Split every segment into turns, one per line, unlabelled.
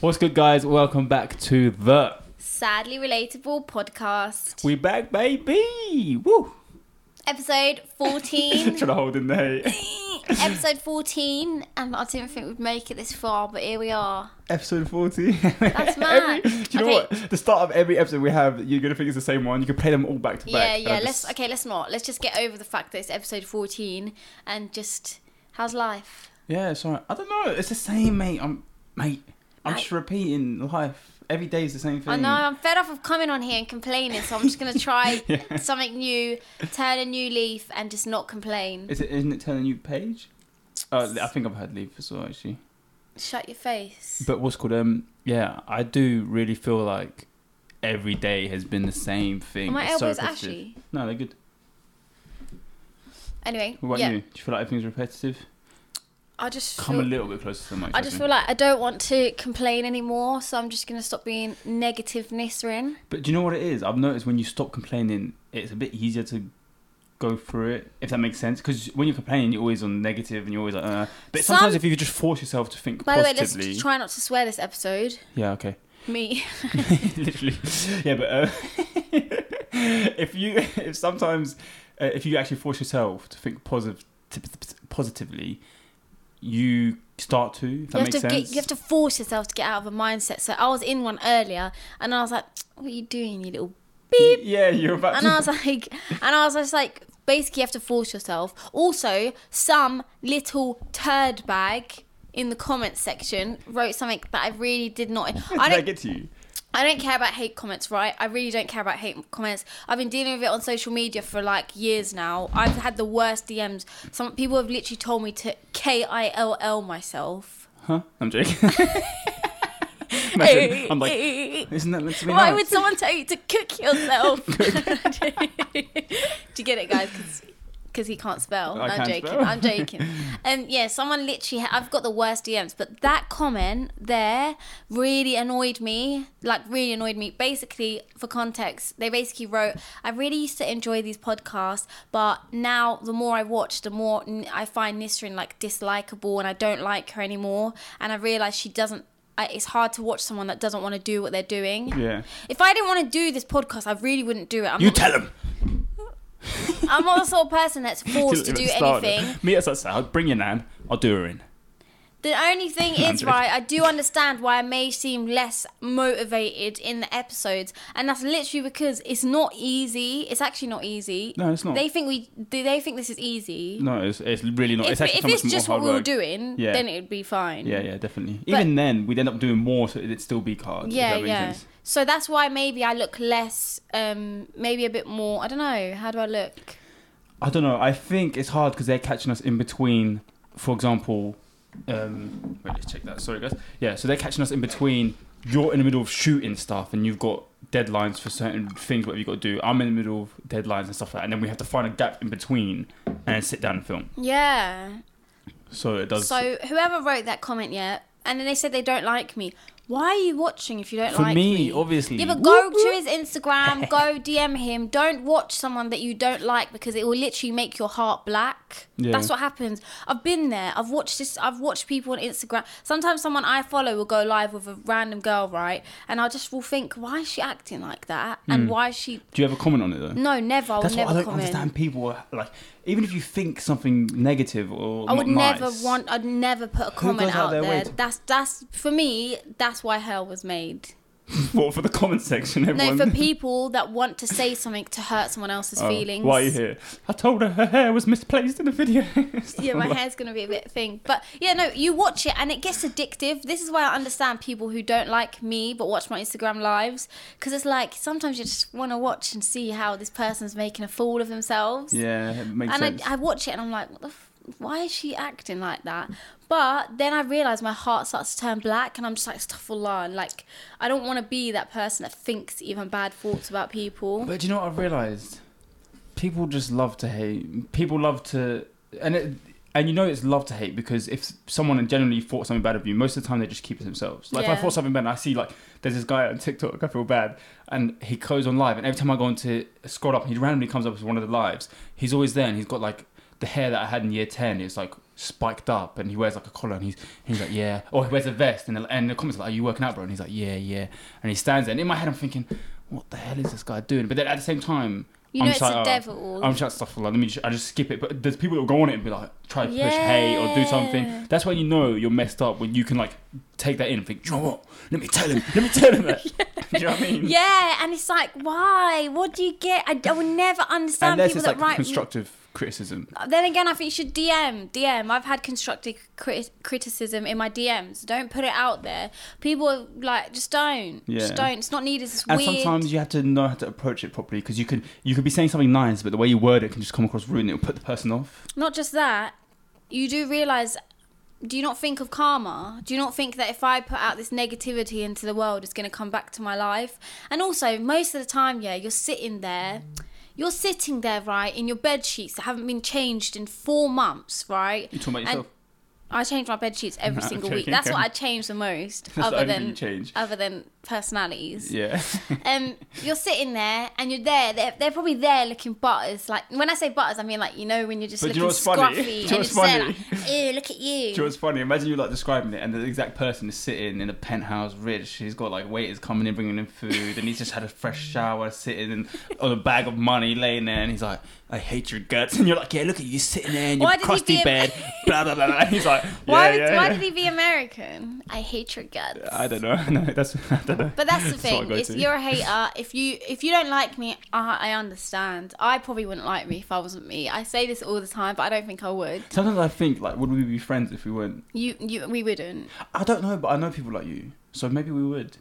What's good, guys? Welcome back to the
Sadly Relatable podcast,
We Back Baby. Woo!
episode 14.
Trying to hold in there.
episode 14, and I didn't think we'd make it this far, but here we are.
episode 40. That's
mad.
every, do you know
Okay.
what? The start of every episode we have, you're going to think it's the same one. You can play them all back to
Yeah,
back. and I
yeah.
just-
Let's okay. Let's not. Let's just get over the fact that it's episode fourteen and just how's life?
Yeah, it's alright. I don't know. It's the same, mate. I'm, mate. I'm
Mate.
just repeating life. Every day is the same thing.
I know I'm fed up of coming on here and complaining, so I'm just gonna try
Yeah.
something new, turn a new leaf, and just not complain.
Is it? Isn't it turning you page? Oh, I think I've heard leave as well, actually.
Shut your face.
But what's called um yeah, I do really feel like every day has been the same thing.
My
It's so
elbow's
repetitive.
ashy.
No, they're good.
Anyway,
What about
yeah.
you? Do you feel like everything's repetitive?
I just
Come a
feel,
little bit closer to the mic.
I just
Jasmine.
feel like I don't want to complain anymore, so I'm just gonna stop being negative Nisrin.
But do you know what it is? I've noticed when you stop complaining, it's a bit easier to go through it, if that makes sense. Because when you're complaining, you're always on negative and you're always like, uh. But sometimes
Some-
if you just force yourself to think
By the way, let's
positively.
try not to swear this episode.
Yeah, okay.
Me.
Literally. Yeah, but uh, if you, if sometimes, uh, if you actually force yourself to think positive, positively, you start to, if that
you have
makes
to
sense.
Get, you have to force yourself to get out of a mindset. So I was in one earlier, and I was like, "What are you doing, you little beep?"
Yeah, you're about
And
to.
I was like, and I was just like, basically, you have to force yourself. Also, some little turd bag in the comments section wrote something that I really did not. I
Did I
don't
get to you?
I don't care about hate comments, right? I really don't care about hate comments. I've been dealing with it on social media for like years now. I've had the worst DMs. Some people have literally told me to K I L L myself.
Huh? I'm joking. Imagine, I'm like, isn't that meant to be
Why
nice?
would someone tell you to cook yourself? Do you get it, guys? Because he can't spell.
I
No, I'm
can't
joking.
spell.
I'm joking. Um, yeah, someone literally. I've got the worst DMs, but that comment there really annoyed me. Like, really annoyed me. Basically, for context, they basically wrote, "I really used to enjoy these podcasts, but now the more I watch, the more n- I find Nisrin like dislikable, and I don't like her anymore. And I realize she doesn't." I, it's hard to watch someone that doesn't want to do what they're doing.
Yeah.
If I didn't want to do this podcast, I really wouldn't do it. I'm,
You
not,
tell him.
I'm not the sort of person that's forced to do anything.
Meet us outside. Bring your nan. I'll do her in.
The only thing
I'm
is,
joking.
right, I do understand why I may seem less motivated in the episodes, and that's literally because it's not easy. It's actually not easy.
No, it's not.
They think we. do They think this is easy.
No, it's, it's really not.
if
it's actually
if
so
it's
much
just
more
what
hard
we were
work.
doing,
Yeah.
then it'd be fine.
Yeah, yeah, definitely.
But-
Even then, we'd end up doing more, so it'd still be hard. if
yeah
that makes
yeah
sense.
so that's why maybe i look less um maybe a bit more i don't know how do i look
I don't know. I think it's hard because they're catching us in between. For example, um, wait, let's check that. Sorry, guys. Yeah, so they're catching us in between. You're in the middle of shooting stuff, and you've got deadlines for certain things. Whatever you got to do. I'm in the middle of deadlines and stuff like that, and then we have to find a gap in between and sit down and film.
yeah
So it does.
So whoever wrote that comment, yeah, and then they said they don't like me. Why are you watching if you don't
for
like
me,
me?
obviously.
yeah, but go to his Instagram, go DM him. Don't watch someone that you don't like because it will literally make your heart black.
Yeah.
That's what happens. I've been there. I've watched this. I've watched people on Instagram. Sometimes someone I follow will go live with a random girl, right? And I just will think, why is she acting like that? And why is she?
Do you ever comment on it though?
No, never. I will
Hmm. That's
never
what I don't
comment.
understand. People are, like, even if you think something negative or
I would
not nice,
never want. I'd never put a comment
goes out
out
their
there.
way to-
That's that's for me. That's why hell was made.
What, for the comment section,
No,
everyone.
for people that want to say something to hurt someone else's
Oh,
feelings.
Why are you here? I told her her hair was misplaced in the video. Stuff
Yeah, my
like-
hair's gonna be a bit thin, but yeah, no, you watch it and it gets addictive. This is why I understand people who don't like me but watch my Instagram lives because it's like sometimes you just want to watch and see how this person's making a fool of themselves.
Yeah, it makes
and
sense.
I, I watch it and I'm like, what the f- why is she acting like that? But then I realize my heart starts to turn black, and I'm just like, stuff will learn. Like, I don't want to be that person that thinks even bad thoughts about people.
But do you know what I've realised? People just love to hate. People love to, and it, and you know it's love to hate because if someone generally thought something bad of you, most of the time they just keep it to themselves. Like if I
Yeah.
thought something bad, and I see like there's this guy on TikTok, I feel bad, and he goes on live, and every time I go on to scroll up, he randomly comes up as one of the lives. He's always there, and he's got like the hair that I had in year ten. It's like spiked up and he wears like a collar and he's he's like yeah or he wears a vest and the, and the comments are like are you working out bro and he's like yeah yeah and he stands there and in my head I'm thinking what the hell is this guy doing but then at the same time
You
I'm
know
just
it's
like,
a
oh,
devil.
I'm just stuff like let me just, I just skip it but there's people that will go on it and be like try to push hey or do
Yeah.
something that's when you know you're messed up when you can like take that in and think do you know what let me tell him let me tell him that do you know what I mean
yeah, and it's like, why? What do you get? I, I will never understand
unless
people
it's
that
like
write.
constructive criticism
then again, I think you should DM, DM. I've had constructive crit- criticism in my DMs. Don't put it out there. People are like, just don't, just
Yeah.
don't. It's not needed. It's
And
weird.
sometimes you have to know how to approach it properly because you could you could be saying something nice, but the way you word it can just come across rude and it'll put the person off.
not just that, you do realize. Do you not think of karma? Do you not think that if I put out this negativity into the world, it's going to come back to my life? And also, most of the time, yeah, you're sitting there, you're sitting there, right, in your bed sheets that haven't been changed in four months, right?
You talking about
And
yourself?
I change my bed sheets every
No, I'm
single week.
joking.
That's what I change the
That's
most,
the
other
only thing you
than
change.
other than personalities
Yeah.
um, you're sitting there and you're there. They're, they're probably there looking butters. Like when I say butters, I mean like you know when you're just
But do
looking
you know what's
scruffy
funny? Do you
and
know
you're
what's
just there like, ew, look at you.
Do you know what's funny? Imagine you like describing it, and the exact person is sitting in a penthouse, rich. He's got like waiters coming in, bringing in food, and he's just had a fresh shower, sitting and, on a bag of money, laying there, and he's like, "I hate your guts," and you're like, "Yeah, look at you sitting there in your
Why did he
crusty
be a-
bed, blah blah blah." blah. And he's like, yeah,
why, would-
yeah,
why
yeah.
did he be American? I hate your guts.
I don't know. No, that's I don't know.
But that's the
what I
thing.
go
If
to.
you're a hater, if you if you don't like me, I, I understand. I probably wouldn't like me if I wasn't me. I say this all the time, but I don't think I would.
Sometimes I think like, would we be friends if we weren't?
You you we wouldn't.
I don't know, but I know people like you, so maybe we would.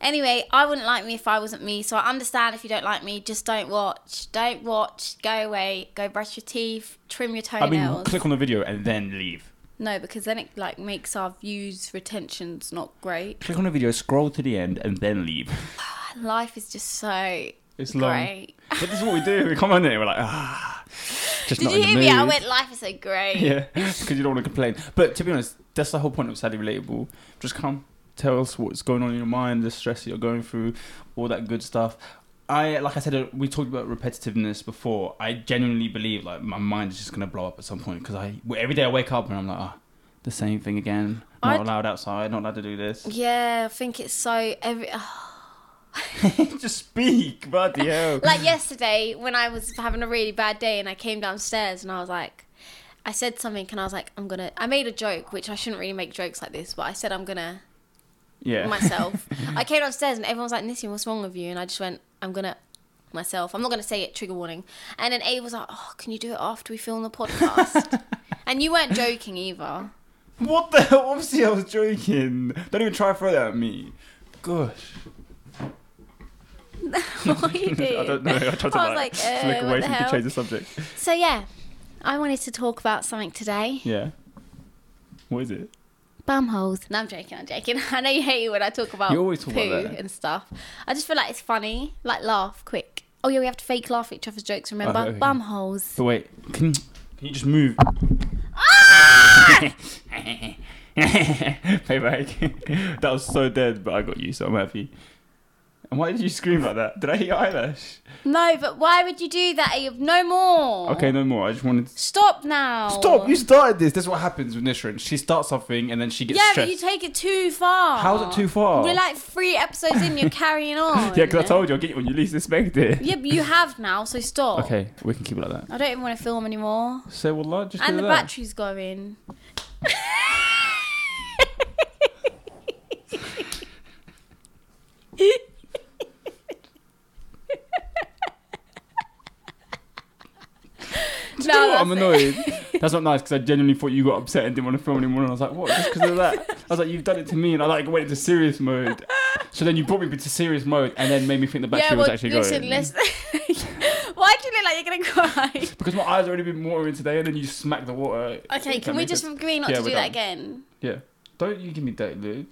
Anyway, I wouldn't like me if I wasn't me, so I understand if you don't like me. Just don't watch. Don't watch. Go away. Go brush your teeth. Trim your
I mean,
toenails.
click on the video and then leave.
no, because then it like makes our views retentions not great.
Click on the video, scroll to the end, and then leave.
Life is just so
It's long.
great.
But this is what we do. We come on here, we're like, ah, just
Did
not
you
in the
hear me? I
mood."
went. Life is so great.
Yeah, because you don't want to complain. But to be honest, that's the whole point of sadly relatable. Just come, tell us what's going on in your mind, the stress that you're going through, all that good stuff. I like I said, uh, we talked about repetitiveness before. I genuinely believe like my mind is just gonna blow up at some point because I every day I wake up and I'm like, ah, the same thing again. Not
I-
allowed outside. Not allowed to do this.
Yeah, I think it's so every.
just speak, bloody hell.
like yesterday when I was having a really bad day and I came downstairs and I was like, I said something and I was like, I'm gonna. I made a joke, which I shouldn't really make jokes like this, but I said I'm gonna
yeah.
myself. I came upstairs and everyone was like, Nissim, what's wrong with you? And I just went, I'm gonna myself. I'm not gonna say it, trigger warning. And then Abe was like, Oh, can you do it after we film the podcast? and you weren't joking either.
What the hell? Obviously, I was joking. Don't even try to throw that at me. Gosh.
What you
I
did.
don't know. I tried to
I was
like,
like, uh,
flick
what
away so you
the
could
hell?
change the subject.
So yeah. I wanted to talk about something today.
Yeah. What is it?
Bumholes. No, I'm joking. I'm joking. I know you hate it when I talk about
You always talk
poo
about that.
and stuff. I just feel like it's funny. Like laugh quick. Oh yeah, we have to fake laugh at each other's jokes. Remember,
okay.
bumholes.
So wait, can can you just move?
Ah!
Payback. that was so dead, but I got you, so I'm happy. And why did you scream like that? Did I hit your eyelash?
No, but why would you do that? Abe? No more.
Okay, no more. I just wanted. to...
Stop now.
Stop! You started this. This is what happens with Nishran. She starts something and then she gets
yeah, but
stressed.
you take it too far.
How's it too far?
We're like three episodes in. You're carrying on.
yeah, because I told you I'll get you when you least expect it.
Yeah, but you have now, so stop.
Okay, we can keep it like that.
I don't even want to film anymore.
So well, like, just
and
do
the
that.
battery's going.
Do you
No,
know what?
that's
I'm
it.
annoyed. that's not nice because I genuinely thought you got upset and didn't want to film anymore. And I was like, what? Just because of that? I was like, you've done it to me, and I like went into serious mode. So then you brought me into serious mode, and then made me think the battery
yeah, well,
was actually
listen,
going.
listen. Why do you look like you're gonna cry?
Because my eyes already been watering today, and then you smacked the water.
Okay,
If
can
that
we
makes
just
sense.
agree not
Yeah,
to do
we're
that
done.
again?
Yeah. Don't you give me dirty looks.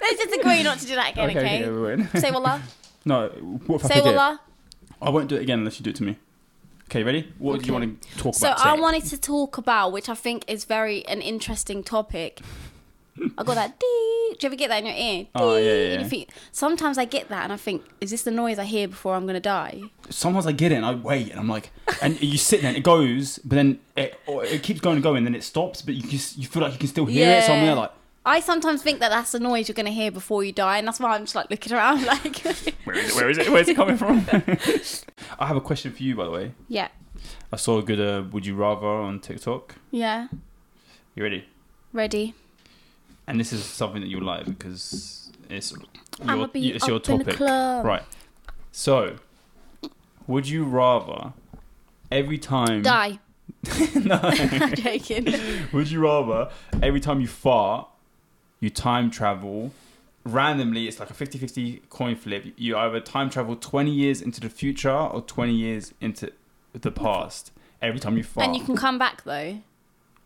Let's just agree not to do that again,
okay,
okay?
yeah, we win.
Say wallah.
no, what if I
Say
forget?
wallah.
I won't do it again unless you do it to me. Okay, ready? What do you
Okay.
want to talk
So
about?
I
today?
wanted to talk about, which I think is very an interesting topic. I got that dee Do you ever get that in your ear?
Oh, yeah, yeah,
Ding, in your
yeah.
feet. Sometimes I get that and I think, is this the noise I hear before I'm gonna die?
sometimes I get it and I wait and I'm like, and you sit there and it goes, but then it, or it keeps going and going, then it stops, but you just, you feel like you can still hear it. So I'm there like,
I sometimes think that that's the noise you're gonna hear before you die, and that's why I'm just like looking around, like,
where is it? Where is it? Where's it coming from? I have a question for you, by the way.
yeah,
I saw a good uh, "Would you rather" on TikTok.
yeah,
You ready?
ready.
And this is something that you'll like because it's
I'ma
your,
be
it's your
up in the
topic.
club.
Right. So, would you rather every time
Die.
no,
I'm joking.
would you rather every time you fart you time travel randomly it's like a 50-50 coin flip you either time travel 20 years into the future or 20 years into the past every time you fart
And you can come back though.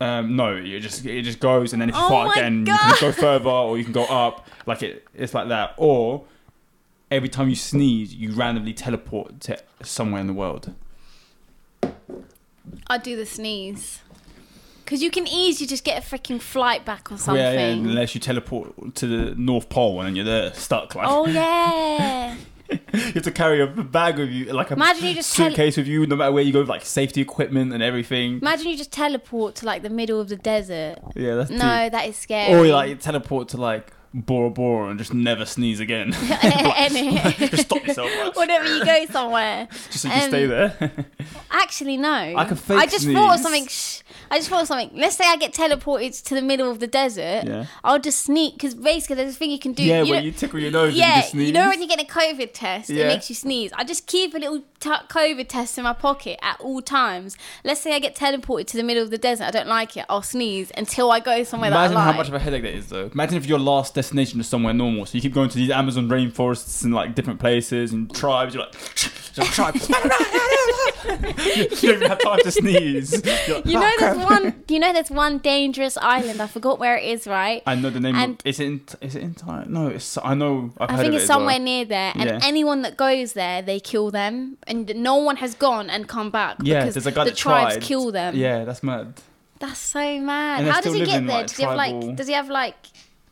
um, no, it just it just goes, and then if you
Oh
fart
my
again, you can go further or you can go up. Like it, it's like that. Or every time you sneeze, you randomly teleport to somewhere in the world.
I do the sneeze. Cause you can easily just get a freaking flight back or something.
Yeah, yeah, unless you teleport to the North Pole and then you're there stuck. Like
Oh yeah.
you have to carry a bag with you, like a
Imagine you just tele-
suitcase with you, no matter where you go, with, like safety equipment and everything.
Imagine you just teleport to like the middle of the desert.
yeah, that's
No, that is
deep.
scary.
Or you, like you teleport to like Bora Bora and just never sneeze again.
Any-
just stop yourself. like,
Whenever you go somewhere.
just so you can
Um,
stay there.
Actually, no. I
could fake
I just thought of
sneeze.
something. Shh, I just thought of something. Let's say I get teleported to the middle of the desert.
Yeah.
I'll just sneak because basically there's a thing you can do.
yeah,
you
where
know-
you tickle your nose and
yeah,
you just sneeze.
you know when you get a COVID test,
Yeah.
it makes you sneeze. I just keep a little t- COVID test in my pocket at all times. Let's say I get teleported to the middle of the desert. I don't like it. I'll sneeze until I go somewhere
Imagine
that I
how
like.
much of a headache that is, though. Imagine if your last destination is somewhere normal, so you keep going to these Amazon rainforests and like different places and tribes. You're like, you're like, tribe. you don't even have time to sneeze. You're like,
you
"Ah,
know
crap."
there's one. You know there's one dangerous island. I forgot where it is. Right.
I know the name.
and-
of, is it? In, is it in Thailand? No, it's. I know. I've
I
heard
think
of it
it's
as well.
somewhere near there, and
Yeah.
anyone that goes there, they kill them, and no one has gone and come back
Yeah,
because
there's a guy
the
that
tribes
tried.
kill them.
Yeah, that's mad.
that's so mad.
And they're
How does
still
he get
living,
there?
like,
does he have
tribal-
like? Does he have like?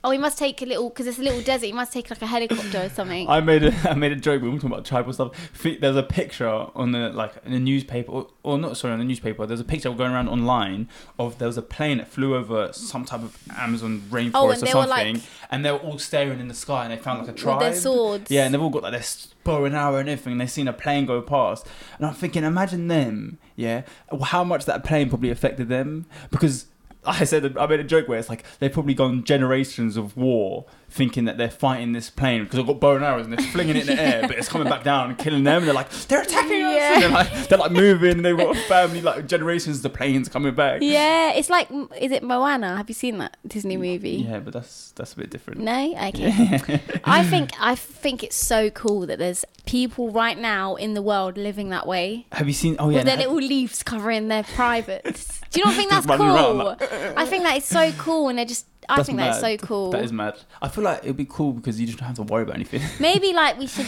Oh, he must take a little because it's a little desert. He must take like a helicopter or something.
I made a I made a joke when we were talking about tribal stuff. Fi- There's a picture on the like in the newspaper, or, or not sorry, on the newspaper. There's a picture going around online of there was a plane that flew over some type of Amazon rainforest
Oh,
or
and they were,
something,
like-
and they were all staring in the sky and they found like a
with
tribe.
their swords.
Yeah, and they've all got like their bow and arrow and everything. And they've seen a plane go past, and I'm thinking, imagine them. Yeah, how much that plane probably affected them because. I said I made a joke where it's like they've probably gone generations of war thinking that they're fighting this plane because they've got bow and arrows and they're flinging it in the air, but it's coming back down and killing them. And they're like, they're attacking us.
Yeah.
And they're like, they're like moving. And they've got family like generations. The planes coming back.
Yeah, it's like is it Moana? Have you seen that Disney movie?
Yeah, but that's that's a bit different.
No, okay. I think I think it's so cool that there's people right now in the world living that way.
Have you seen? Oh yeah,
with their
no,
little leaves covering their privates. Do you not think that's
Just
cool?
running around like,
I think that is so cool, and I just I
That's
think that's so
mad.
cool.
that is mad. I feel like it'd be cool because you just don't have to worry about anything.
Maybe like we should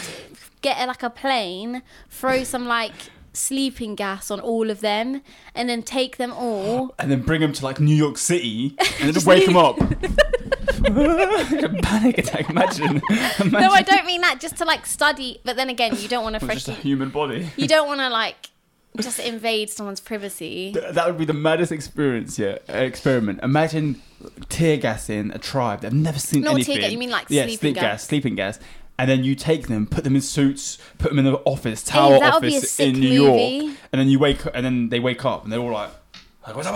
get uh, like a plane, throw some like sleeping gas on all of them, and then take them all.
and then bring them to like New York City and then just wake them up. panic attack. Imagine. imagine
No, I don't mean that. Just to like study, but then again, you don't want to
It's just a
freaking.
human body.
You don't want to like just invade someone's privacy.
Th- That would be the maddest experience, yeah. uh, Experiment. Imagine tear gassing a tribe that have never seen
Not tear
anything.
gas, you mean like
yeah,
sleeping
sleep
gas.
sleeping gas, and then you take them, put them in suits, put them in an office, tower
that would be a
office
sick
in New York,
movie.
and then you wake, and then they wake up, and they're all like, like "What's up?"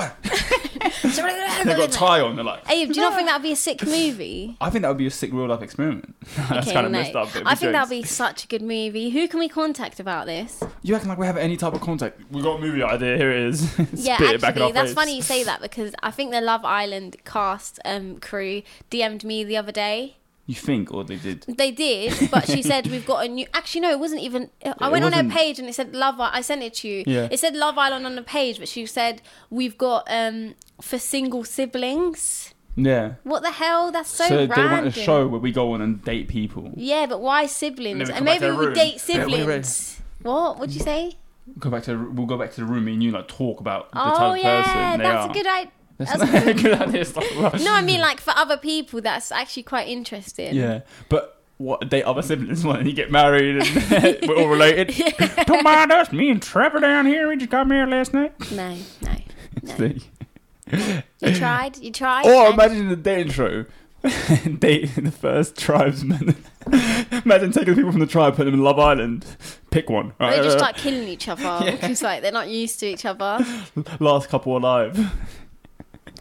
man?" They've got a tie on. They're like,
Abe, do you not think that would be a sick movie?
I think that would be a sick real life experiment. That's
Okay,
kind of
no.
messed up. but
I
we
think
jokes.
that'll be such a good movie. Who can we contact about this?
You acting like we have any type of contact. We got a movie idea. Here it is. Spit
yeah,
it back in
actually,
our
that's
face.
funny you say that because I think the Love Island cast um, crew DM'd me the other day.
You think, or they did.
They did, but she said we've got a new. Actually, no, it wasn't even. I
It
went on her
wasn't-
page and it said Love. I I sent it to you.
Yeah.
It said Love Island on the page, but she said we've got um for single siblings.
Yeah.
What the hell? That's so,
So, they
random.
want a show where we go on and date people.
Yeah, but why siblings?
we
And
come back to
maybe
our
we
room.
date
Yeah, wait, wait.
siblings. What? What'd you say?
Go back to we'll go back to the room and you like talk about the
Oh
type of
yeah,
person they
that's
are.
a good idea.
That's
That's
not a good idea. It's like, right.
No, I mean like for other people, that's actually quite interesting.
Yeah, but what they other siblings want, and you get married, and we're all related. Don't mind us. Me and Trevor down here. We just got married last night.
No, no, no. You tried. You tried.
Or
and-
imagine the dating show. dating the first tribesmen. imagine taking the people from the tribe, putting them in Love Island. Pick one.
They
Right, uh,
just start killing each other because like they're not used to each other.
last couple alive.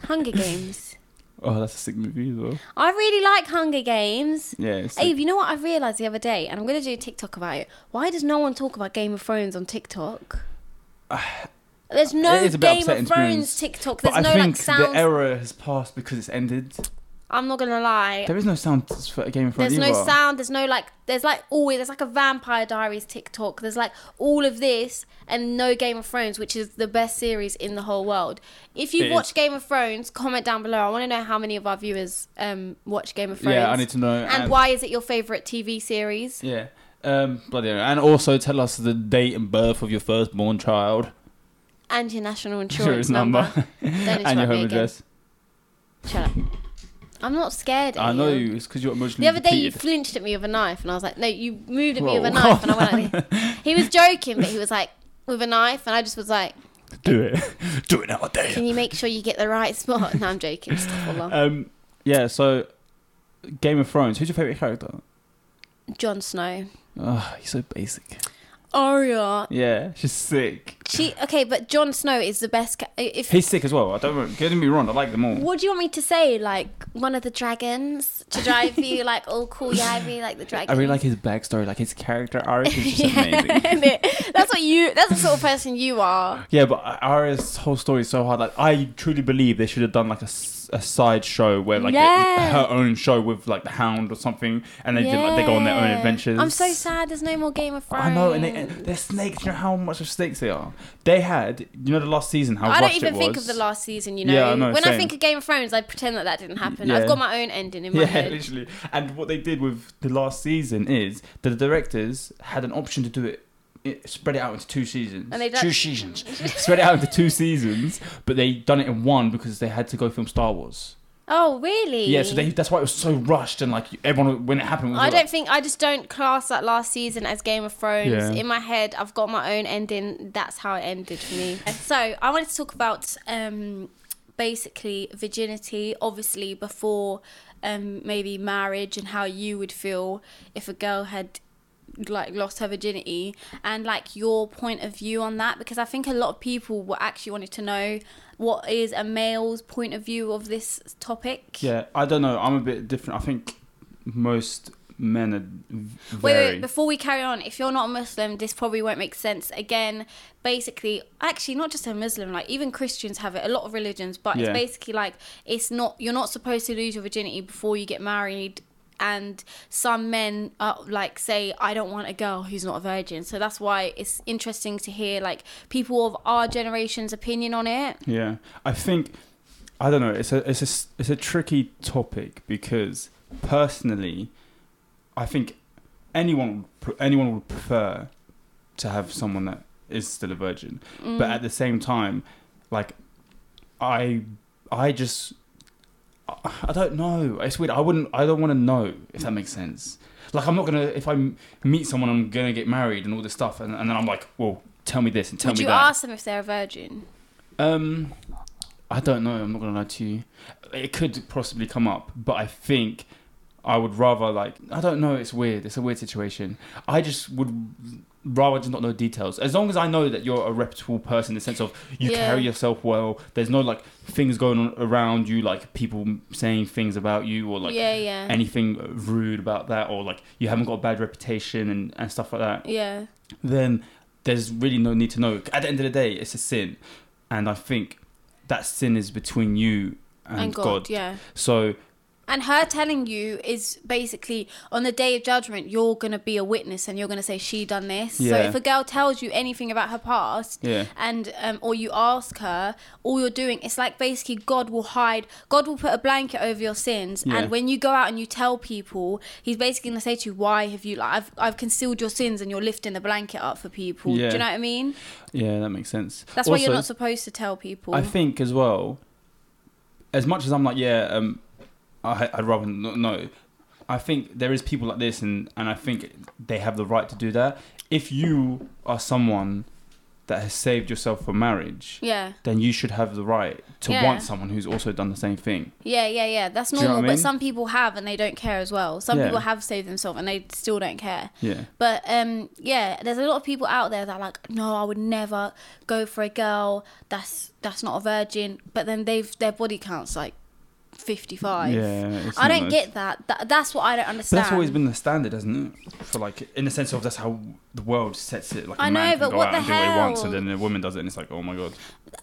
Hunger Games.
Oh, that's a sick movie as well.
I really like Hunger Games.
Yeah. It's sick.
Abe, you know what I realised the other day, and I'm going to do a TikTok about it. Why does no one talk about Game of Thrones on TikTok? There's
It
no
is a bit
Game
upsetting,
of
to be
Thrones
honest.
TikTok.
but
There's
I
no like
think
sounds.
the era has passed because it's ended.
I'm not going to lie.
There is no sound for a Game of Thrones
There's no
either.
sound. There's no like. There's like always. There's like a Vampire Diaries TikTok. There's like all of this and no Game of Thrones, which is the best series in the whole world. If
It
you've
is.
watched Game of Thrones, comment down below. I want to know how many of our viewers um watch Game of Thrones.
Yeah, I need to know.
and, why is it your favorite TV series?
Yeah. Um, bloody hell. And also tell us the date and birth of your firstborn child.
And your national
Insurance
insurance number. Don't
and your
interrupt me
home
again.
address.
Shut up. I'm not scared.
I know
Ian.
you. It's because you're emotionally
The other day you
depleted.
flinched at me with a knife, and I was like, "No, you moved at me
Whoa,
with a
calm
knife," and I went like, this. "He was joking, but he was like with a knife," and I just was like,
Do it. Do it now. Damn.
"Can you make sure you get the right spot?" No, I'm joking. Just all on.
Um, yeah, so Game of Thrones. Who's your favorite character?
Jon Snow,
Oh, he's so basic.
Arya.
Yeah, she's sick.
She okay, but Jon Snow is the best. Ca- if
He's sick as well. I don't. Get me wrong. I like them all.
what do you want me to say? Like one of the dragons to drive you like all cool, yeah, be like the dragon.
I really like his backstory, like his character arc is just amazing.
yeah, that's what you. That's the sort of person you are.
Yeah, but Arya's whole story is so hard. Like, I truly believe they should have done like a, s- a side show where like
Yeah.
it- her own show with like the Hound or something, and they did like they go on their own
Yeah.
adventures.
I'm so sad. There's no more Game of Thrones.
I know, and, they, and they're snakes. You know how much of snakes they are. They had, you know, the last season. How
I don't
rushed
even
it
think of
was.
the last season. You know,
Yeah, I know,
when I
same.
think of Game of Thrones, I pretend that that didn't happen. I've
Yeah.
got my own ending in my
Yeah,
head.
literally. And what they did with the last season is the directors had an option to do it, it spread it out into two seasons.
And they done-
two seasons. spread it out into two seasons, but they done it in one because they had to go film Star Wars.
Oh, really?
Yeah, so they, that's why it was so rushed and like everyone when it happened. Was
I
like,
don't think I just don't class that last season as Game of Thrones.
Yeah.
In my head, I've got my own ending. That's how it ended for me. So I wanted to talk about um, basically virginity, obviously before um, maybe marriage, and how you would feel if a girl had like lost her virginity and like your point of view on that because I think a lot of people were actually wanted to know what is a male's point of view of this topic.
Yeah, I don't know. I'm a bit different. I think most men are v-
Wait,
very.
wait, before we carry on, if you're not a Muslim, this probably won't make sense. Again, basically, actually, not just a Muslim, like even Christians have it, a lot of religions, but it's
Yeah.
basically like it's not, you're not supposed to lose your virginity before you get married. And some men are like say, I don't want a girl who's not a virgin. So that's why it's interesting to hear like people of our generation's opinion on it.
Yeah, I think I don't know. It's a it's a s- it's a tricky topic because personally, I think anyone would pr- anyone would prefer to have someone that is still a virgin,
Mm.
but uh, at the same time, like I I just I I don't know. It's weird. I wouldn't. I don't want to know if that makes sense. Like I'm not gonna. If I m- meet someone, I'm gonna get married and all this stuff, and, and then I'm like, well, tell me this and tell
Would
me
you
that.
ask them if they're a virgin?
Um, I don't know. I'm not gonna lie to you. It could possibly come up, but I think I would rather like I don't know. It's weird. It's a weird situation. I just would rather just not know details. As long as I know that you're a reputable person in the sense of you
Yeah.
carry yourself well. There's no like things going on around you, like people saying things about you or like
yeah, yeah,
anything rude about that, or like you haven't got a bad reputation and, and stuff like that
yeah.
then there's really no need to know. At the end of the day, it's a sin, and I think that sin is between you and,
And
God.
God, yeah.
So
And her telling you is basically on the day of judgment, you're gonna be a witness and you're gonna say she done this. So
Yeah.
if a girl tells you anything about her past,
Yeah.
and um, or you ask her, all you're doing it's like basically God will hide, God will put a blanket over your sins,
Yeah.
and when you go out and you tell people, He's basically gonna say to you, why have you like I've I've concealed your sins and you're lifting the blanket up for people. Do
Yeah.
you know what I mean?
yeah, that makes sense.
That's why you're
Also,
not supposed to tell people.
I think as well, as much as I'm like, yeah, um, I, I'd rather not know. I think there is people like this, and and I think they have the right to do that. If you are someone that has saved yourself for marriage,
Yeah,
then you should have the right to
Yeah.
want someone who's also done the same thing.
yeah, yeah, yeah. That's
Do you know
normal.
what I
But
mean?
some people have and they don't care as well. Some
Yeah.
people have saved themselves and they still don't care.
Yeah,
But um, yeah, there's a lot of people out there that are like, no, I would never go for a girl that's that's not a virgin. But then they've their body counts like fifty five.
yeah. it's
I
not
don't
nice.
get that. that. That's what I don't
But
understand.
that's always been the standard, hasn't it? For like, in the sense of that's how the world sets it. Like, a
I
man
know,
can
but
go
what
out
the
and do what he wants,
hell?
and then a woman does it, and it's like, oh my god.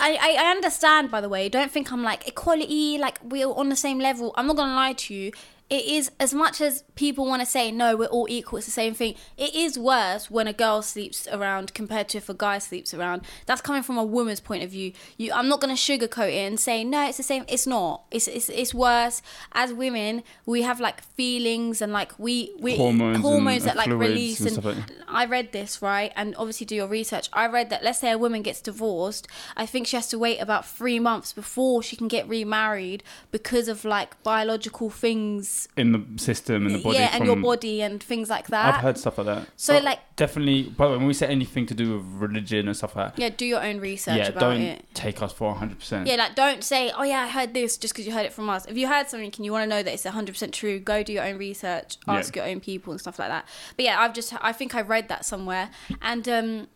I, I I understand. By the way, don't think I'm like equality. Like we're on the same level. I'm not gonna lie to you. It is as much as people want to say no, we're all equal. It's the same thing. It is worse when a girl sleeps around compared to if a guy sleeps around. That's coming from a woman's point of view. You, I'm not gonna sugarcoat it and say no, it's the same. It's not. It's it's, it's worse. As women, we have like feelings and like we we
Hormones and
that like
fluids
release
and
and,
stuff like
I read this right, and obviously do your research. I read that let's say a woman gets divorced, I think she has to wait about three months before she can get remarried because of like biological things,
In the system and the body.
yeah, and your
from-
body and things like that.
I've heard stuff like that.
so
But
like,
definitely. By the way, when we say anything to do with religion and stuff like that,
yeah, do your own research
yeah,
about
don't
it.
take us for hundred percent.
Yeah, like don't say, oh yeah, I heard this just because you heard it from us. If you heard something and you want to know that it's 100% true, go do your own research,
Yeah.
ask your own people and stuff like that. But yeah, I've just, I think I read that somewhere, and um,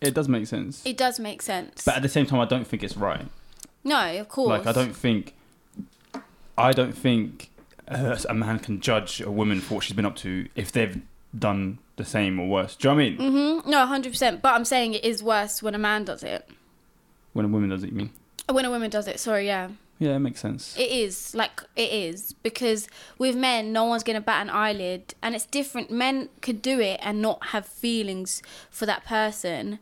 It does make sense,
it does make sense.
but at the same time, I don't think it's right.
no, of course.
Like, I don't think, I don't think uh, a man can judge a woman for what she's been up to if they've done the same or worse. Do you know what I mean?
Mm-hmm. No, hundred percent. But I'm saying it is worse when a man does it.
When a woman does it, you mean?
When a woman does it, sorry, yeah,
Yeah, it makes sense.
it is like it is because with men, no one's gonna bat an eyelid, and it's different. Men could do it and not have feelings for that person,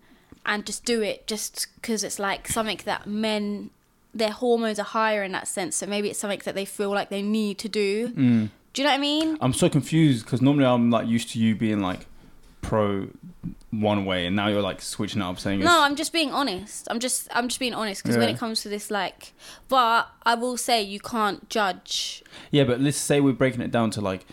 and just do it just because it's like something that men, their hormones are higher in that sense. So maybe it's something that they feel like they need to do.
Mm.
Do you know what I mean?
I'm so confused because normally I'm like used to you being like pro one way, and now you're like switching it up, saying
No, I'm just being honest. I'm just I'm just being honest because when
Yeah.
it comes to this, like, but I will say you can't judge.
it's yeah. But let's say we're breaking it down to like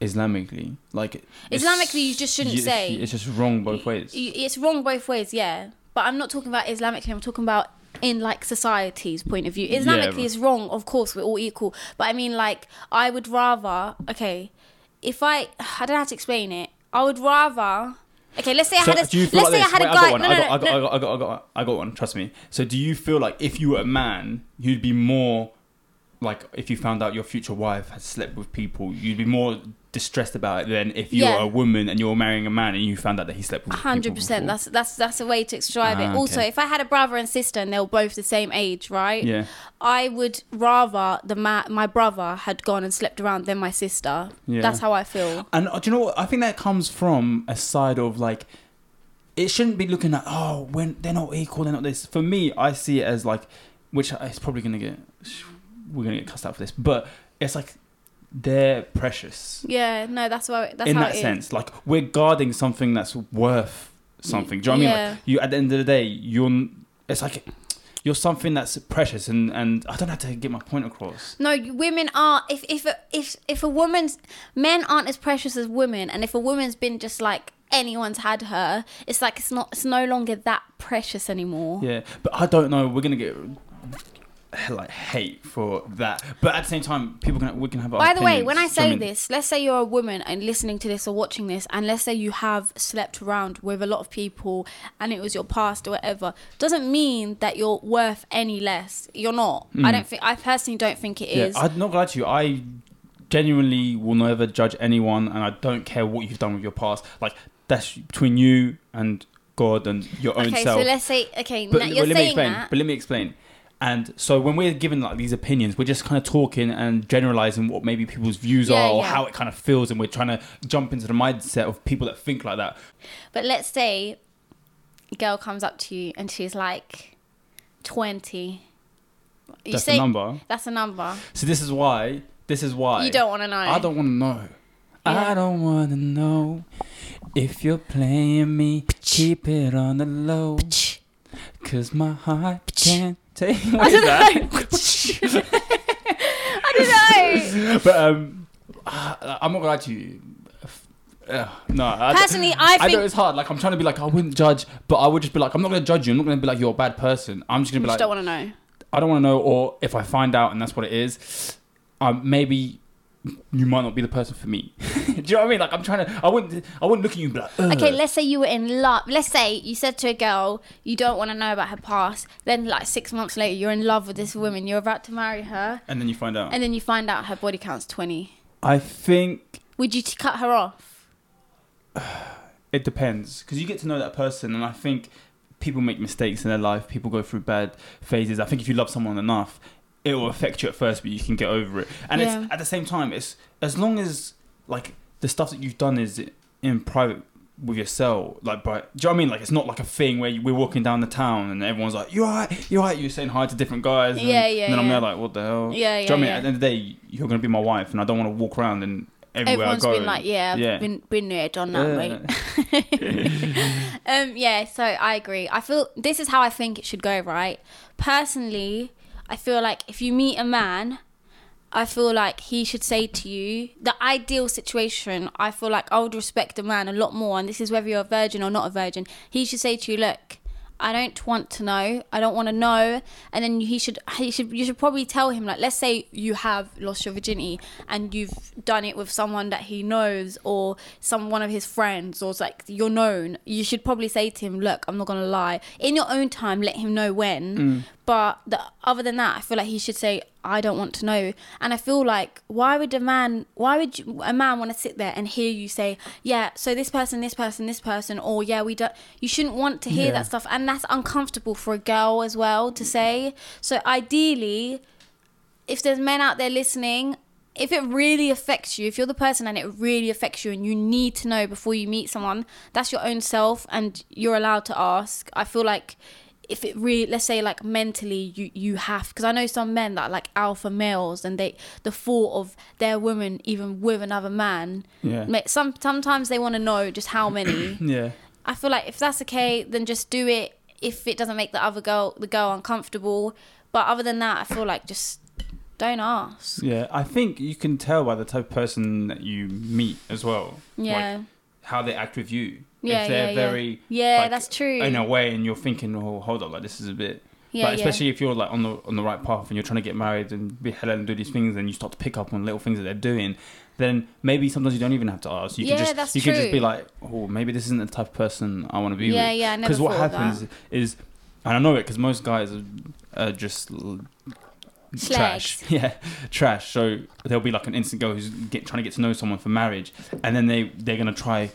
Islamically, like it's-
Islamically, you just shouldn't
you-
say.
It's just wrong both ways.
Y- It's wrong both ways, yeah. But I'm not talking about Islamically. I'm talking about in like society's point of view.
Yeah,
Islamically
but-
is wrong. Of course, we're all equal. But I mean, like, I would rather. Okay, if I I don't know how to explain it. I would rather. Okay, let's say I
So
had a
do you
let's
feel like
say
this?
I had
Wait,
a
I got
guy.
one.
No,
I
no,
got- I
no,
got- I got- I got- I got- I got one. Trust me. So do you feel like if you were a man, you'd be more like if you found out your future wife had slept with people, you'd be more distressed about it than if you're
Yeah.
a woman and you're marrying a man and you found out that he slept with people
hundred percent.
before?
That's that's that's a way to describe
Ah,
it.
okay.
Also, if I had a brother and sister and they were both the same age, right?
yeah,
I would rather the ma- my brother had gone and slept around than my sister.
Yeah.
That's how I feel.
and uh, do you know what? I think that comes from a side of like it shouldn't be looking at oh when they're not equal, they're not this. For me, I see it as like which it's probably gonna get we're gonna get cussed out for this, but it's like they're precious.
Yeah, no, that's why. That's
in
how
that
it is.
sense. Like we're guarding something that's worth something. Do you know what I mean?
Yeah.
Like you, at the end of the day, you're. It's like you're something that's precious, and and I don't have to get my point across.
No, you- women are. If if a- if if a woman's men aren't as precious as women, and if a woman's been just like anyone's had her, it's like it's not. It's no longer that precious anymore.
Yeah, but I don't know. We're gonna get like hate for that, but at the same time, people can we can have. our
By the way,
opinions.
when I
Do you know
say
what mean?
this, let's say you're a woman and listening to this or watching this, and let's say you have slept around with a lot of people and it was your past or whatever, doesn't mean that you're worth any less. You're not. I don't think. I personally don't think it
Hmm. yeah,
is.
I'm not glad to you. I genuinely will never judge anyone, and I don't care what you've done with your past. Like that's between you and God and your own
okay,
self.
so let's say okay,
But,
now
but
you're
let me
saying
explain.
that.
But let me explain. And so when we're given like these opinions, we're just kind of talking and generalizing what maybe people's views
Yeah,
are or
yeah.
how it kind of feels, and we're trying to jump into the mindset of people that think like that.
But let's say a girl comes up to you and she's like twenty. You
That's
say
the number.
that's a number.
So this is why. This is why.
You don't want to know.
I don't want to know.
Yeah.
I don't want to know if you're playing me. Keep it on the low. Cause my heart can't take. What is that?
I don't know.
but um, I- I'm not gonna lie to you. Uh, no, I, don't-
Personally, I
I know
think
it's hard. Like I'm trying to be like I wouldn't judge, but I would just be like I'm not gonna judge you. I'm not gonna be like you're a bad person. I'm just gonna
you
be
just
like
don't want to know.
I don't want to know. Or if I find out and that's what it is, um, maybe you might not be the person for me. Do you know what I mean? Like I'm trying to. I wouldn't. I wouldn't look at you and be like. Ugh.
Okay, let's say you were in love. Let's say you said to a girl you don't want to know about her past. Then, like six months later, you're in love with this woman. You're about to marry her,
and then you find out.
and then you find out her body count's twenty.
I think
Would you t- cut her off?
it depends because you get to know that person, and I think people make mistakes in their life. People go through bad phases. I think if you love someone enough, it will affect you at first, but you can get over it. And
Yeah.
it's at the same time, it's as long as like the stuff that you've done is in private with yourself, like, but do you know what I mean? Like, it's not like a thing where you, we're walking down the town and everyone's like, "You're right, you're right." You're saying hi to different guys. And,
Yeah, yeah,
And then I'm
yeah.
there like, "What the hell?"
Yeah,
Do you
yeah,
know what I mean?
yeah.
At the end of the day, you're gonna be my wife, and I don't want to walk around and everywhere
Everyone's
I go.
been like, yeah, I've
Yeah.
been been there, done that, mate. um, yeah, so I agree. I feel this is how I think it should go, right? Personally, I feel like if you meet a man, I feel like he should say to you the ideal situation. I feel like I would respect a man a lot more, and this is whether you're a virgin or not a virgin. He should say to you, look. I don't want to know. I don't want to know. And then he should, he should, you should probably tell him. Like, let's say you have lost your virginity and you've done it with someone that he knows or some one of his friends or it's like you're known. You should probably say to him, "Look, I'm not gonna lie." In your own time, let him know when. But the, other than that, I feel like he should say, "I don't want to know." And I feel like why would a man, why would you, a man want to sit there and hear you say, "Yeah, so this person, this person, this person," or "Yeah, we don't." You shouldn't want to hear
Yeah.
that stuff, and that's uncomfortable for a girl as well to say. So ideally, if there's men out there listening, if it really affects you, if you're the person and it really affects you and you need to know before you meet someone, that's your own self and you're allowed to ask. I feel like if it really let's say like mentally you you have because I know some men that are like alpha males and they the thought of their woman even with another man
yeah,
ma- some sometimes they want to know just how many
yeah.
I feel like if that's okay, then just do it. If it doesn't make the other girl the girl uncomfortable, but other than that, I feel like just don't ask.
Yeah, I think you can tell by the type of person that you meet as well. Like,
Yeah,
how they act with you.
yeah,
if they're
yeah,
very
yeah. Yeah,
like,
that's true.
in a way and you're thinking, Oh, hold up, like this is a bit
Yeah,
like especially if you're like on the on the right path and you're trying to get married and be helen and do these things and you start to pick up on little things that they're doing, then maybe sometimes you don't even have to ask. You
Yeah,
can just
that's
you can just
true.
be like, Oh, maybe this isn't the type of person I want to be
yeah.
with
Yeah, yeah. I never
because
thought
what
of that.
happens is, and I know it because most guys are, are just l-
Slags.
trash. Yeah, trash. So there'll be like an instant girl who's get, trying to get to know someone for marriage, and then they they're gonna try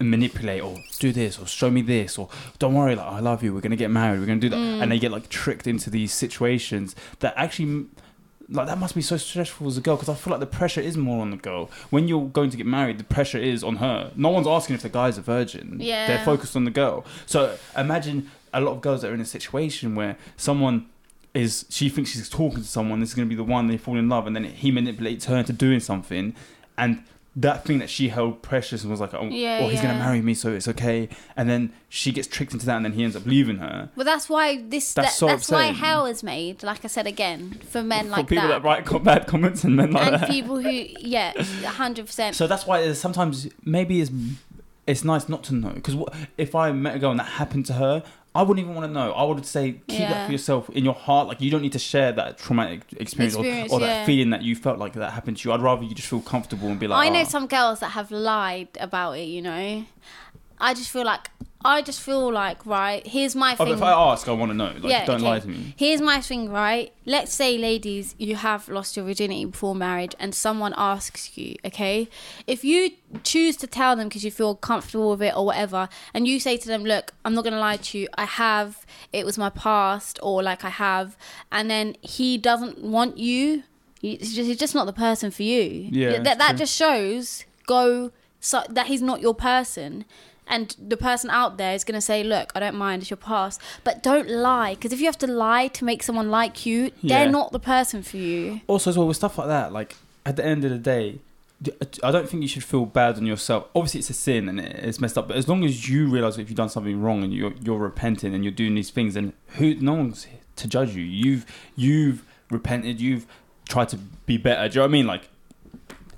and manipulate or do this or show me this or don't worry like I love you we're gonna get married we're gonna do that
Mm.
and they get like tricked into these situations that actually m- like that must be so stressful as a girl because I feel like the pressure is more on the girl when you're going to get married the pressure is on her no one's asking if the guy's a virgin
Yeah.
they're focused on the girl so imagine a lot of girls that are in a situation where someone is she thinks she's talking to someone this is going to be the one they fall in love and then he manipulates her into doing something and that thing that she held precious and was like oh
Yeah,
or he's going to
yeah.
marry me so it's okay and then she gets tricked into that and then he ends up leaving her
Well, that's why this.
That's
That's, that,
so
that's why
upsetting.
hell is made. Like I said again, for men
for
like
people that,
that,
write co- bad comments and men like
and
that
people who, yeah, hundred percent.
so that's why there's sometimes maybe it's it's nice not to know because if I met a girl and that happened to her I wouldn't even want to know. I would say keep that
Yeah.
for yourself in your heart. Like you don't need to share that traumatic experience,
Experience,
or, or that
yeah.
feeling that you felt like that happened to you. I'd rather you just feel comfortable and be like,
I know
"Oh."
some girls that have lied about it. You know, I just feel like I just feel like right. Here's my
Oh,
thing.
but if I ask, I want to know. Like, don't
okay.
lie to me.
Here's my thing, right? Let's say, ladies, you have lost your virginity before marriage and someone asks you, okay? If you choose to tell them because you feel comfortable with it or whatever, and you say to them, look, I'm not going to lie to you, I have, it was my past, or like I have, and then he doesn't want you, he's just, he's just not the person for you.
Yeah,
That, that
true.
just shows, go, so, that he's not your person and the person out there is going to say look i don't mind it's your past but don't lie because if you have to lie to make someone like you
Yeah.
they're not the person for you
Also, as well with stuff like that, like at the end of the day, uh, I don't think you should feel bad on yourself. Obviously, it's a sin and it's messed up. But as long as you realize if you've done something wrong and you're you're repenting and you're doing these things, and who no one's here to judge you. You've you've repented. You've tried to be better. Do you know what I mean? Like,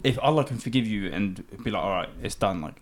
if Allah can forgive you and be like, all right, it's done. Like,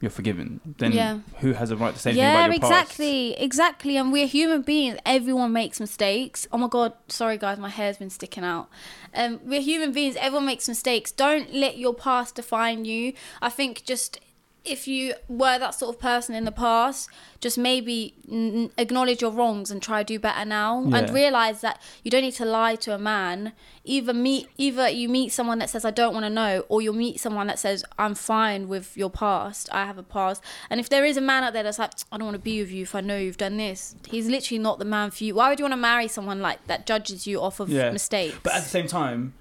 you're forgiven. Then
Yeah.
who has a right to say anything
yeah,
about your past?
exactly, exactly. And we're human beings. Everyone makes mistakes. Oh my god, sorry guys, my hair's been sticking out. Um, we're human beings. Everyone makes mistakes. Don't let your past define you. I think just if you were that sort of person in the past, just maybe n- acknowledge your wrongs and try to do better now, and
Yeah.
realize that you don't need to lie to a man. Either meet, either you meet someone that says I don't want to know, or you'll meet someone that says I'm fine with your past. I have a past, and if there is a man out there that's like I don't want to be with you if I know you've done this, he's literally not the man for you. Why would you want to marry someone like that judges you off of
Yeah.
mistakes?
But at the same time,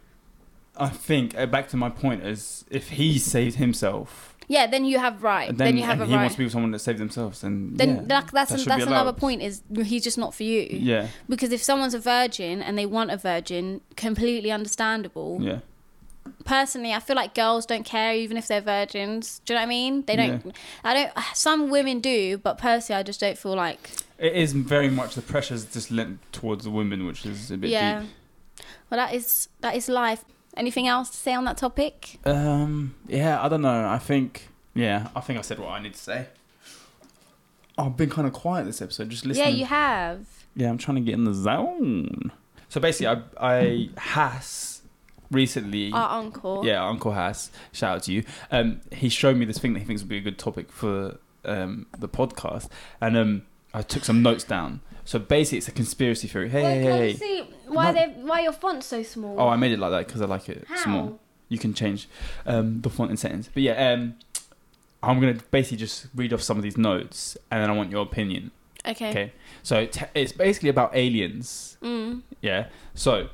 I think uh, back to my point is if he saved himself,
yeah, then you have right.
and
Then,
then,
you have
and
a
he
right.
wants to be with someone that saved themselves, then
then
yeah,
like that's
that should
that's
be
another
allowed.
point is he's just not for you.
Yeah,
Because if someone's a virgin and they want a virgin, completely understandable.
yeah.
Personally, I feel like girls don't care even if they're virgins. Do you know what I mean? They don't.
Yeah.
I don't. Some women do, but personally, I just don't feel like.
It is very much the pressures just lent towards the women, which is a bit
yeah.
deep.
Well, that is that is life. Anything else to say on that topic?
Um, yeah, I don't know. I think, yeah, I think I said what I need to say. Oh, I've been kind of quiet this episode, just listening.
Yeah, you have.
Yeah, I'm trying to get in the zone. So basically, I, I Hass recently.
Our uncle.
Yeah, Uncle Hass, shout out to you. Um, he showed me this thing that he thinks would be a good topic for um, the podcast, and um, I took some notes down. So basically, it's a conspiracy theory. Hey,
Well,
hey,
can I
hey.
just see why
No.
they why your font's so small?
Oh, I made it like that because I like it
How?
small. You can change um, the font and settings. But yeah, um, I'm gonna basically just read off some of these notes, and then I want your opinion.
Okay.
Okay. So t- it's basically about aliens
Mm.
yeah. So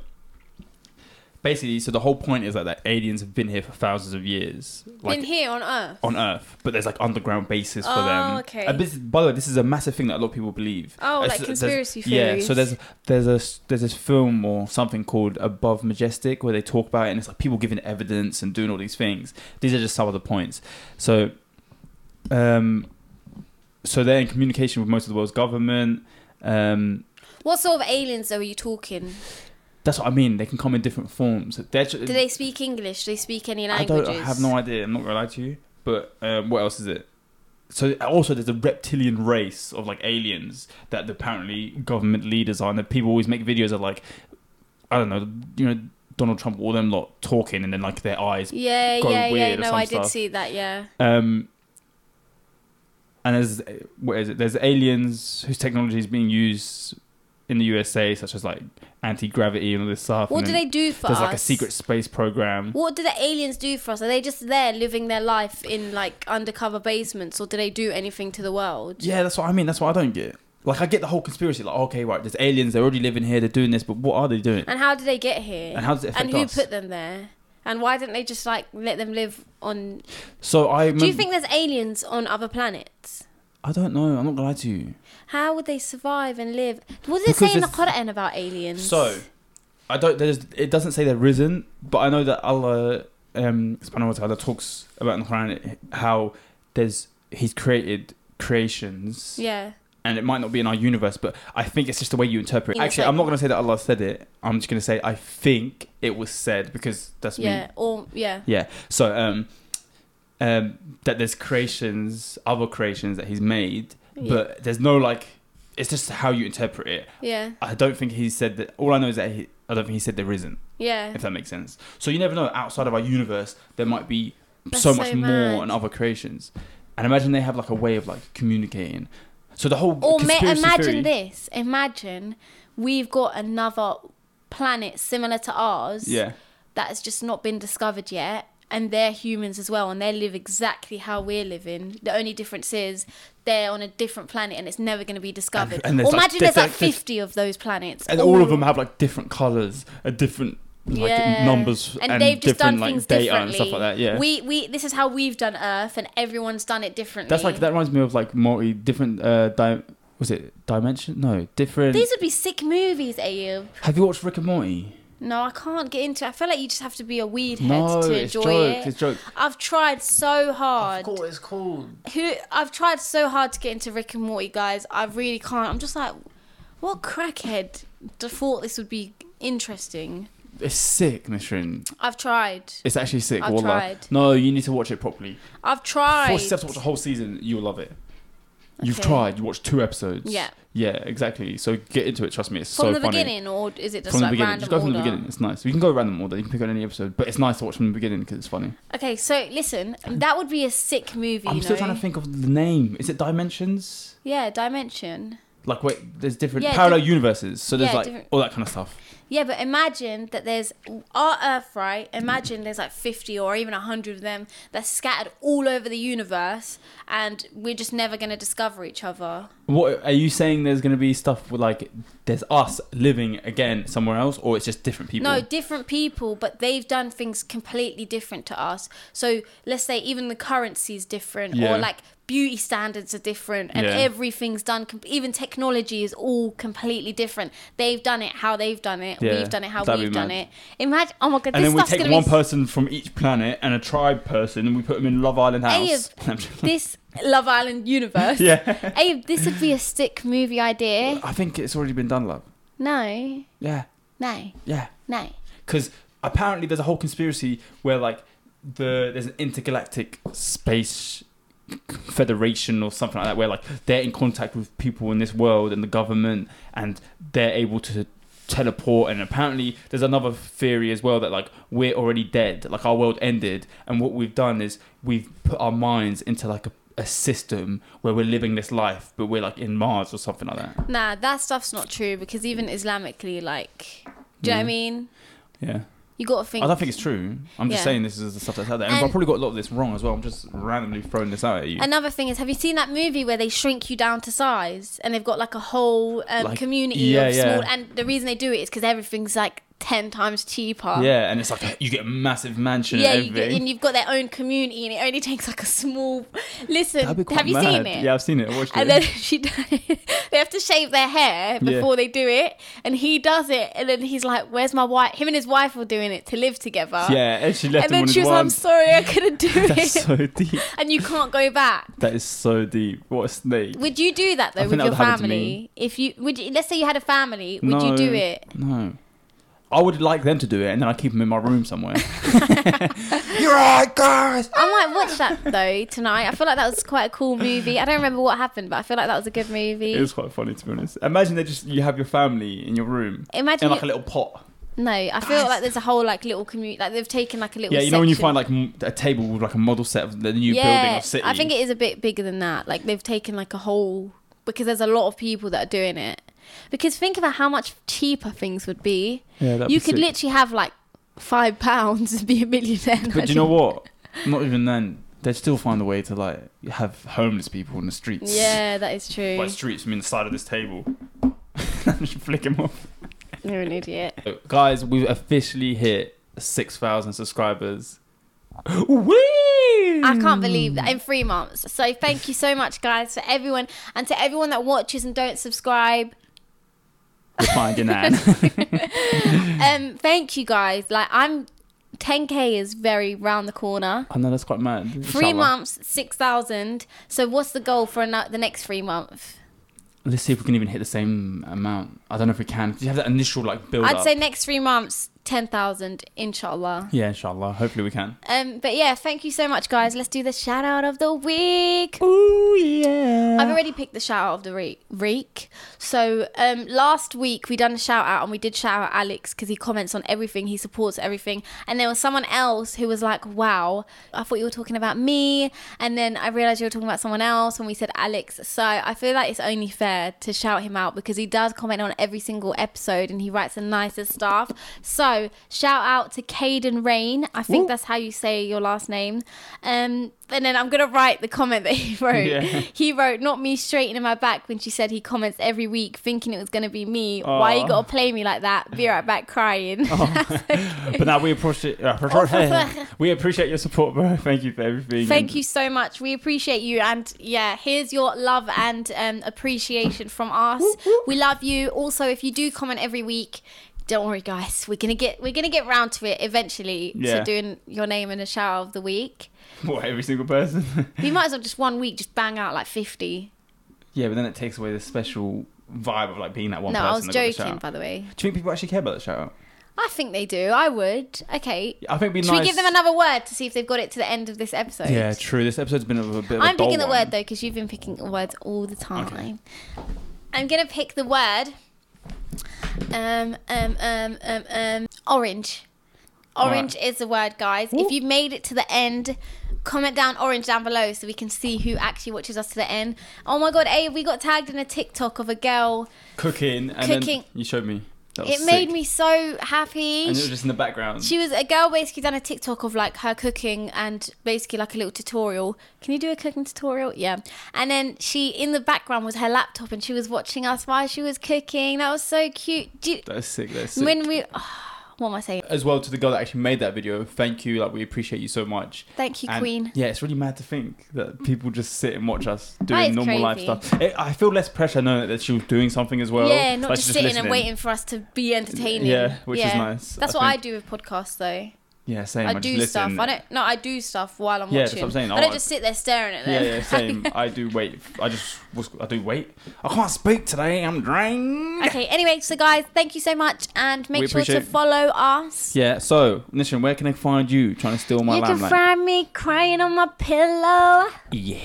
basically, so the whole point is like that aliens have been here for thousands of years, like
Been here on Earth.
on Earth, but there's like underground bases for
Oh,
them.
okay.
And this, by the way, this is a massive thing that a lot of people believe.
Oh,
It's-
like
there's-
conspiracy
Yeah.
theories.
So there's there's a s- there's this film or something called Above Majestic where they talk about it, and it's like people giving evidence and doing all these things. These are just some of the points. So, um, so they're in communication with most of the world's government. Um,
What sort of aliens though are you talking?
That's what I mean. They can come in different forms. They're ju-
Do they speak English? Do they speak any
I
languages?
don't I have no idea. I'm not gonna lie to you. But um, what else is it? So also, there's a reptilian race of like aliens that apparently government leaders are, and that people always make videos of like, I don't know, you know, Donald Trump, all them lot talking, and then like their eyes.
Yeah,
go
yeah, yeah.
weird or
No,
some
I did
stuff.
see that. Yeah.
Um, and there's what is it? There's aliens whose technology is being used in the USA, such as like anti gravity and all this stuff.
What
and
do
then
they do for
There's
us?
like a secret space program.
What do the aliens do for us? Are they just there living their life in like undercover basements, or do they do anything to the world?
Yeah, that's what I mean. That's what I don't get. Like, I get the whole conspiracy. Like, okay, right, there's aliens. They're already living here. They're doing this, but what are they doing?
And how did they get here?
And how does it affect
And who
us?
put them there? And why didn't they just like let them live on?
So I.
Do you
remem-
think there's aliens on other planets?
I don't know. I'm not gonna lie to you.
How would they survive and live? What does it
Because
say in the
it's-
Quran about aliens?
So, I don't. There's. It doesn't say they're risen, but I know that Allah, um, subhanahu wa ta'ala talks about in the Quran how there's He's created creations,
yeah.
and it might not be in our universe, but I think it's just the way you interpret. it.
Yeah, it's
Actually,
like-
I'm not gonna say that Allah said it. I'm just gonna say I think it was said because that's me
Yeah. Or yeah.
Yeah. So um, um, that there's creations, other creations that he's made,
Yeah.
but there's no like. It's just how you interpret it.
yeah.
I don't think he said that. All I know is that he, I don't think he said there isn't,
Yeah.
if that makes sense. So you never know. Outside of our universe, there might be
That's
so much
so mad.
more and other creations. And imagine they have like a way of like communicating. So the whole
Or ma-
conspiracy theory,
imagine this. Imagine we've got another planet similar to ours
Yeah.
that's just not been discovered yet. And they're humans as well, and they live exactly how we're living. The only difference is they're on a different planet, and it's never going to be discovered.
and
or
there's, like,
imagine there's like
different- there's-
fifty of those planets,
And all of them have like different colors, a different like
Yeah.
numbers, and, different like data and stuff like that. Yeah.
we we this is how we've done Earth, and everyone's done it differently.
That's like that reminds me of like multi different uh di- was it dimension? No, different.
These would be sick movies, Ayub.
Have you watched Rick and Morty?
No, I can't get into. it. I feel like you just have to be a weed head
No,
to
it's
enjoy
joke.
it.
It's joke.
I've tried so hard.
what it's called.
Who I've tried so hard to get into Rick and Morty, guys. I really can't. I'm just like, what crackhead d- thought this would be interesting?
It's sick, Mishrin.
I've tried.
It's actually sick.
I've
wallah.
tried.
No, you need to watch it properly.
I've tried.
Force yourself to watch the whole season. You'll love it. You've
Okay.
tried. You watched two episodes.
Yeah.
Yeah, exactly. So get into it. Trust me, it's
from
so
the
funny.
beginning, or is it just
from the
like
beginning,
random
just go from
order?
the beginning. It's nice. We can go random order. You can pick on any episode, but it's nice to watch from the beginning because it's funny.
Okay, so listen, that would be a sick movie.
I'm
you
still
know?
trying to think of the name. Is it Dimensions?
Yeah, Dimension.
Like wait, there's different
Yeah,
parallel universes. So there's
yeah,
like
different-
all that kind of stuff.
Yeah, but imagine that there's our Earth, right? Imagine there's like 50 or even 100 of them that's scattered all over the universe, and we're just never going to discover each other.
What are you saying? There's gonna be stuff with like there's us living again somewhere else, or it's just different people.
No, different people, but they've done things completely different to us. So let's say even the currency's different,
Yeah.
or like beauty standards are different, and
Yeah.
everything's done. Com- even technology is all completely different. They've done it how they've done it.
Yeah,
We've done it how
that'd
we've
be
done
mad.
it. Imagine, oh my god,
and
this
then we
stuff's
take
gonna
one
be
person from each planet and a tribe person, and we put them in Love Island
Hey,
House. I'm joking.
this Love Island universe.
yeah,
Abe, this would be a sick movie idea.
I think it's already been done, love.
No,
Yeah,
no,
yeah.
no.
because apparently there's a whole conspiracy where like the there's an intergalactic space federation or something like that where like they're in contact with people in this world and the government and they're able to teleport and apparently there's another theory as well that like we're already dead like our world ended and what we've done is we've put our minds into like a, a system where we're living this life but we're like in mars or something like that
Nah, that stuff's not true because even Islamically, like, do you know what I
Yeah.
mean?
yeah
You got to think.
Mm. I don't think it's true. I'm just
Yeah.
saying this is the stuff that's out there. And,
And-
I've probably got a lot of this wrong as well. I'm just randomly throwing this out at you.
Another thing is, have you seen that movie where they shrink you down to size and they've got like a whole um,
Like-
community
yeah,
of
yeah.
small? And the reason they do it is because everything's like ten times cheaper.
yeah, and it's like you get a massive mansion
uh, Yeah,
and
you get,
everything.
and you've got their own community, and it only takes like a small. Listen,
That'd be quite
have you seen
mad.
it?
Yeah, I've seen it. I watched
And then
it.
she does it. They have to shave their hair
Yeah.
before they do it. And he does it. And then he's like, Where's my wife? Him and his wife were doing it to live together.
yeah, and she left
And
him on
then
his
she was like, I'm
arms.
sorry, I couldn't do it.
That's so deep.
and you can't go back.
That is so deep. What a snake.
Would you do that though
think
with
that
your
would happen to
family?
me.
If you would, you, let's say you had a family, would you
No.
do it?
No. I would like them to do it, and then I keep them in my room somewhere. You're right, guys.
I might watch that though tonight. I feel like that was quite a cool movie. I don't remember what happened, but I feel like that was a good movie.
It was quite funny to be honest. Imagine they just you have your family in your room
Imagine
in like
you-
a little pot.
no, I feel
Guys.
like there's a whole like little community. Like they've taken like a little.
Yeah, you know when you
section.
find like m- a table with like a model set of the new building or city.
I think it is a bit bigger than that. Like they've taken like a whole because there's a lot of people that are doing it. Because think about how much cheaper things would be.
Yeah, that'd
you
be
could
sick.
literally have like five pounds and be a millionaire.
But do you know what? Not even then, they'd still find a way to like have homeless people in the streets.
Yeah, that is true.
By streets, I mean the side of this table. Just flick him off.
You're an idiot.
Guys, we've officially hit six thousand subscribers. Whee!
I can't believe that in three months. So thank you so much, guys, for everyone and to everyone that watches and don't subscribe.
We're finding that.
Um, thank you guys. Like I'm, 10k is very round the corner.
I know that's quite mad.
Three
Inshallah.
months, six thousand. So what's the goal for ano- the next three months?
Let's see if we can even hit the same amount. I don't know if we can. 'cause You have that initial like build
I'd
up.
say next three months, ten thousand, inshallah.
yeah, inshallah. Hopefully we can.
Um, but yeah, thank you so much, guys. Let's do the shout out of the week.
Ooh yeah.
I've already picked the shout out of the week. Reek. So um, last week we done a shout out and we did shout out Alex because he comments on everything, he supports everything. And there was someone else who was like, "Wow, I thought you were talking about me," and then I realized you were talking about someone else, and we said Alex. So I feel like it's only fair to shout him out because he does comment on every single episode and he writes the nicest stuff. So shout out to Caden Rain. I think
Ooh.
that's how you say your last name. Um, and then I'm gonna write the comment that he wrote.
Yeah.
He wrote, "Not me straightening my back when she said he comments every week, thinking it was gonna be me. Why you
Aw.
gotta play me like that? Be right back crying."
Oh. But now we appreciate uh,
Oh,
we appreciate your support, bro. Thank you for everything.
Thank you so much. We appreciate you, and yeah, here's your love and um, appreciation from us. we love you. Also, if you do comment every week, Don't worry, guys. We're gonna get we're gonna get round to it eventually.
Yeah.
So doing your name in a shower of the week.
What every single person?
We might as well just one week just bang out like fifty.
yeah, but then it takes away the special vibe of like being that one
no,
person.
I was
that got the shout
joking,
out.
by the way.
Do you think people actually care about the shout out?
I think they do. I would. Okay.
I think it'd be
Should
nice.
we give them another word to see if they've got it to the end of this episode?
Yeah, true. This episode's been a bit of a
I'm
dull
picking the
one.
word though because you've been picking words all the time. I'm gonna pick the word. Um, um, um, um, um, orange. Orange is the word, guys. If you've made it to the end, comment down orange down below so we can see who actually watches us to the end. Oh my god, A, we got tagged in a TikTok of a girl.
Cooking and
Cooking.
then you showed me. That was
It made
sick.
me so happy.
And it was just in the background.
She was a girl basically done a TikTok of like her cooking and basically like a little tutorial. Can you do a cooking tutorial? Yeah. And then she in the background was her laptop and she was watching us while she was cooking. That was so cute. Do you-
that is sick. That is sick.
when we what am I saying?
as well to the girl that actually made that video. Thank you. Like we appreciate you so much.
Thank you,
And,
Queen. Mm.
Yeah, it's really mad to think that people just sit and watch us
is
doing normal life
crazy.
stuff. It, I feel less pressure knowing that she was doing something as well.
yeah, not
like
just
she's
sitting and
listening.
waiting for us to be entertaining.
Yeah, which is nice,
That's
I
what I
think.
do with podcasts though.
Yeah, same.
I
just
do stuff.
listen.
I don't no, I do stuff while I'm
Yeah, that's
watching.
what I'm saying.
I
I
don't
like-
just sit there staring at
Yeah,
them.
yeah, same. I do wait. I just what's, I do wait. I can't speak today. I'm drained.
Okay, anyway, so guys, thank you so much and make
We
sure to
appreciate-
follow us.
Yeah. So, Nishan, where can I find you? Trying to steal my
you can
limelight.
find me crying on my pillow.
yeah.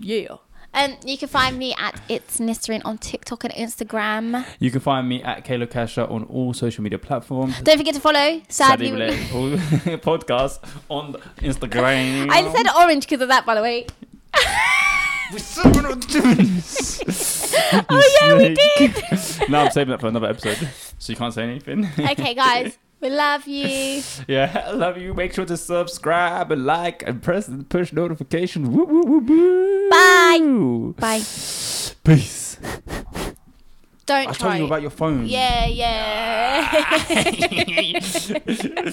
Yeah. And you can find me at It's Nisrin on TikTok and Instagram.
You can find me at Kayla Kasha on all social media platforms.
Don't forget to follow Sadly.
Sadly, Related All- podcast on Instagram.
I said orange because of that, by the way.
We're so not doing this.
Oh, yeah, we
did. no, I'm saving that for another episode, so you can't say anything.
Okay, guys, we love you.
yeah, I love you. Make sure to subscribe and like and press the push notification. Woo, woo, woo, woo.
Bye. Bye.
Peace.
Don't
I
try.
told you about your phone.
yeah, yeah.
Yeah.